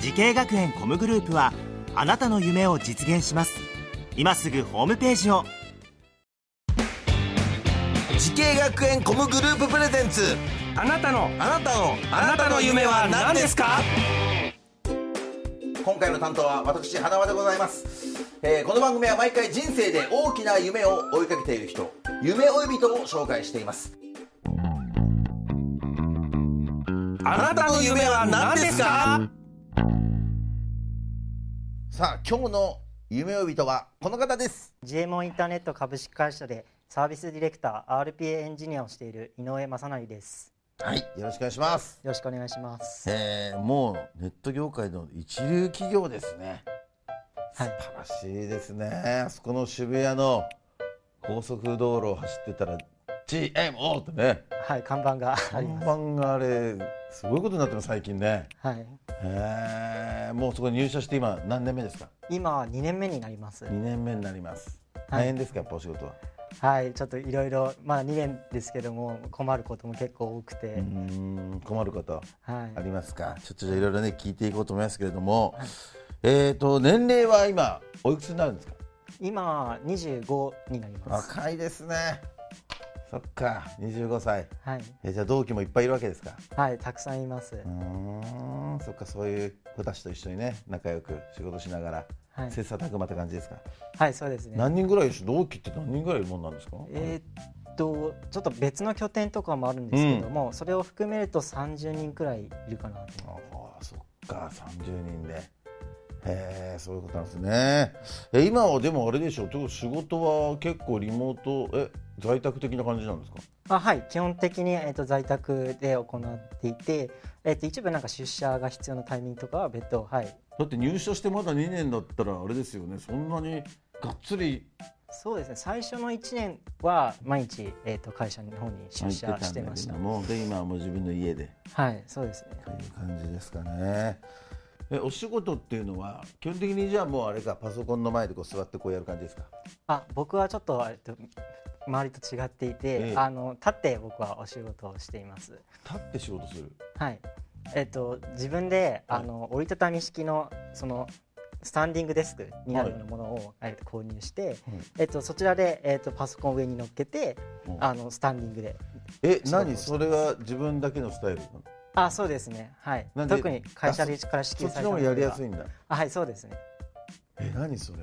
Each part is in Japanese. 時系学園コムグループはあなたの夢を実現します今すぐホームページを時系学園コムグループプレゼンツあなたのあなたのあなたの夢は何ですか今回の担当は私花輪でございます、えーこの番組は毎回人生で大きな夢を追いかけている人夢追い人を紹介していますあなたの夢は何ですかさあ今日の夢追い人はこの方ですジエモンインターネット株式会社でサービスディレクター RPA エンジニアをしている井上正成ですはいよろしくお願いしますよろしくお願いしますえー、もうネット業界の一流企業ですね素はい晴らしいですね、あそこの渋谷の高速道路を走ってたら GMO ってねはい看板があり看ます板があれすごいことになってます最近ねはいへえもうそこに入社して今何年目ですか今2年目になります2年目になりますはい大変ですかやっぱお仕事ははいちょっといろいろまあ2年ですけども困ることも結構多くて、うーん困ることはあいりますかちょっとじゃあいろいろね聞いていこうと思いますけれどもえっと年齢は今おいくつになるんですか今25になります若いですねそっか25歳はいえじゃあ同期もいっぱいいるわけですかはいたくさんいますうーんそっかそういう子たちと一緒にね仲良く仕事しながら、はい切磋琢磨って感じですか、はいそうですね何人ぐらいいるし同期って何人ぐらいいるもんなんですかえーっとちょっと別の拠点とかもあるんですけども、それを含めると30人くらいいるかなとああそっか30人でへえそういうことなんですねえ今はでもあれでしょう仕事は結構リモートえ在宅的な感じなんですかあはい基本的に、えー、と在宅で行っていて、えー、と一部なんか出社が必要なタイミングとかは別途はいだって入社してまだ2年だったらあれですよねそんなにがっつりそうですね最初の1年は毎日、えー、と会社の方に出社してましたもで今はもう自分の家ではいそうですねという感じですかねえお仕事っていうのは基本的にじゃあもうあれかパソコンの前でこう座ってこうやる感じですかあ僕はちょっと,、えー、と周りと違っていて、ええあの立って僕はお仕事をしています立って仕事するはいえっ、と自分であの、折りたたみ式のそのスタンディングデスクになるようなものを、えーと購入して、えっとそちらで、えっとパソコンを上に乗っけてうんあのスタンディングでえ何それは自分だけのスタイルなのあそうですねはいなんで特に会社でからそ支給っちさのれた方がやりやすいいんだあはいそうですねえ何それ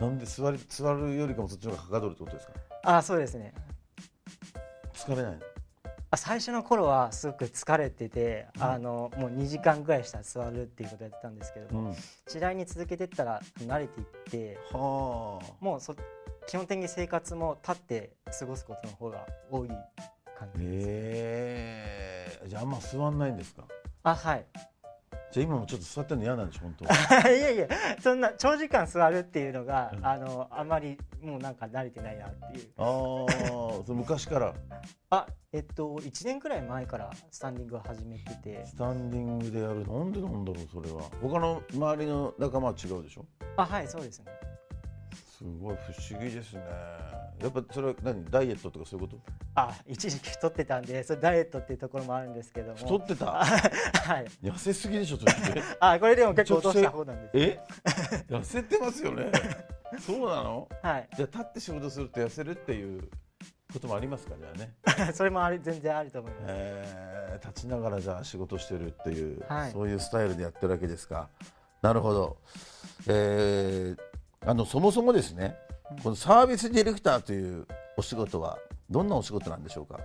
なんで座り座るよりかもそっちの方がはかどるってことですかあそうですね疲れないのあ最初の頃はすごく疲れてて、あのもう2時間ぐらいしたら座るっていうことやってたんですけど、うん次第に続けてったら慣れていってはあもうそ基本的に生活も立って過ごすことの方が多い感じです、ええじゃああんま座んないんですかあはい じゃあ今もちょっと座ってるの嫌なんでしょ本当いやいやそんな長時間座るっていうのが、あのあまりもうなんか慣れてないなっていうああそれ昔からあえっと1年くらい前からスタンディングを始めててスタンディングでやるなんでなんだろうそれは他の周りの仲間は違うでしょあはいそうですねすごい不思議ですねやっぱそれは何ダイエットとかそういうことあ一時期太ってたんでそれダイエットっていうところもあるんですけども太ってた はい痩せすぎでしょとって あこれでも結構落とした方なんですえ痩せてますよねそうなのはい じゃあ立って仕事すると痩せるっていうこともありますかじゃあね、それもあり全然あると思いますえー立ちながらじゃあ仕事してるっていう、はいそういうスタイルでやってるわけですかなるほど、えーあのそもそもですねこのサービスディレクターというお仕事はどんなお仕事なんでしょうか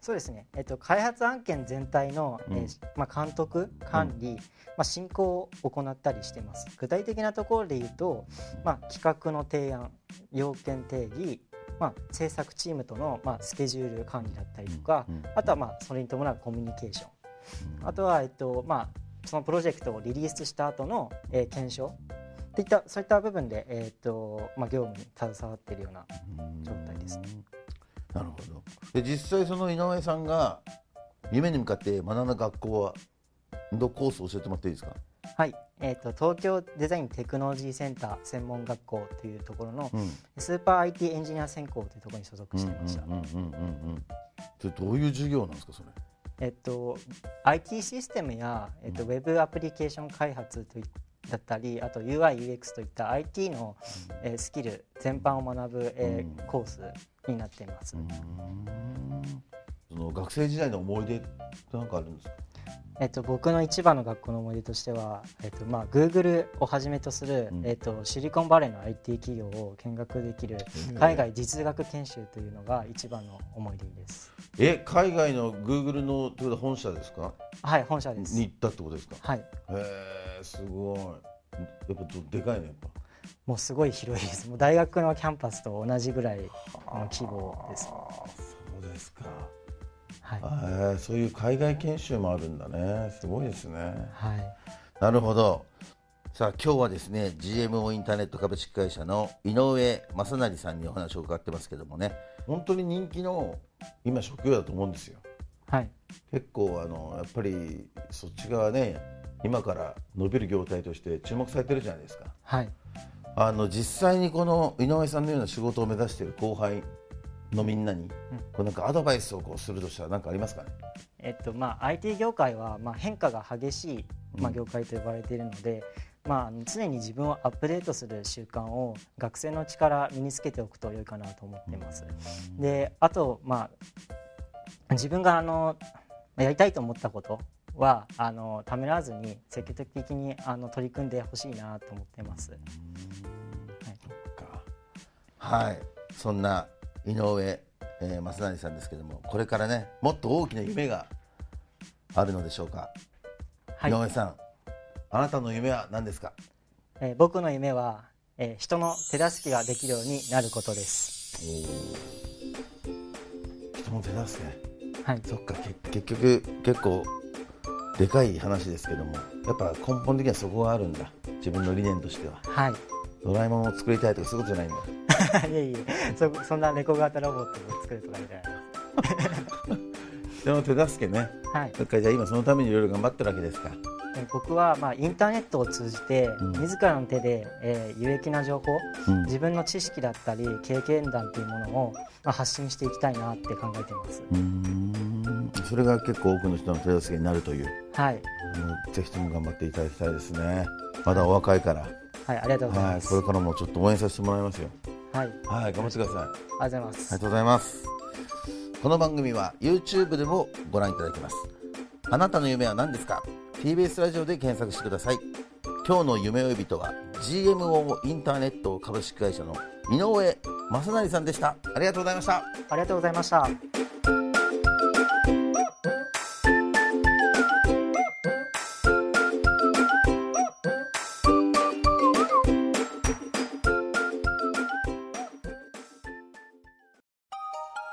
そうですね、えっと、開発案件全体の、うんえーまあ、監督管理、まあ、進行を行ったりしています具体的なところで言うと、まあ、企画の提案要件定義、まあ、制作チームとの、まあ、スケジュール管理だったりとか、うんうんあとは、まあ、それに伴うコミュニケーション、あとは、えっとまあ、そのプロジェクトをリリースした後の、えー検証っていったそういった部分で、えーとまあ、業務に携わっているような状態ですね。なるほどで実際その井上さんが夢に向かって学んだ学校はのコースを教えてもらっていいですかはいえー、と東京デザインテクノロジーセンター専門学校というところのうんスーパー IT エンジニア専攻というところに所属していました、うんうんうんうんうんそれどういう授業なんですかそれえっと、IT システムや、えっと、ウェブアプリケーション開発といだったりあと UIUX といった IT の、えースキル全般を学ぶ、えーうんコースになっています、その学生時代の思い出って何かあるんですかえっと、僕の一番の学校の思い出としては、えっとまあ、Google をはじめとする、うんえっと、シリコンバレーの IT 企業を見学できる海外実学研修というのが一番の思い出です。え海外の Google のということは本社ですかはい、本社ですに行ったってことですかはい、へえすごいやっぱどでかいねやっぱもうすごい広いです。もう大学のキャンパスと同じぐらいの規模です。そうですかはい。へえそういう海外研修もあるんだねすごいですねはい。なるほど。さあ今日はですね GMO インターネット株式会社の井上正成さんにお話を伺ってますけどもね本当に人気の今職業だと思うんですよはい。結構あのやっぱりそっち側ね今から伸びる業態として注目されてるじゃないですかはい。あの実際にこの井上さんのような仕事を目指している後輩のみんなに、こうなんかアドバイスをこうするとしたら何かありますかねえっとまあ IT 業界はまあ変化が激しいうまあん業界と呼ばれているので、まああの常に自分をアップデートする習慣を学生のうちから身につけておくと良いかなと思っています。で、あとまあ自分があのやりたいと思ったことはあのためらわずに積極的にあの取り組んでほしいなと思ってます。はい。はい、そんな井上、えー、正成さんですけども、これからね、もっと大きな夢があるのでしょうか。はい井上さん、あなたの夢は何ですか。えー僕の夢は、えー人の手助けができるようになることです。人の手助け。はい、そっか、け結局結構でかい話ですけども、やっぱ根本的にはそこがあるんだ。自分の理念としては、はい、 ドラえもんを作りたいとかそういうことじゃないんだ。いえいえ、そそんなレコ型ロボットを作るとかみたい人の手助けね。な。はい、そっか、じゃあ今そのためにいろいろ頑張ってるわけですか。えー僕はまあインターネットを通じて、ん自らの手で、えー有益な情報、うん自分の知識だったり経験談というものを、まあ、発信していきたいなって考えています。うーんそれが結構多くの人の手助けになるという、はい、もうぜひとも頑張っていただきたいですね。まだお若いから、はい、ありがとうございはまい、す。こはれい、からもちょっと応援させてもらいますよ。ありはい、頑張ってください。あがとうございまりすが。とうございます。この番組は YouTube でもご覧いただけます。あなたの夢は何ですか ?TBS ラジオで検索してください。今日の夢追い人は GMO インターネット株式会社の井上正成さんでした。ありがとうございました。ありがとうございました。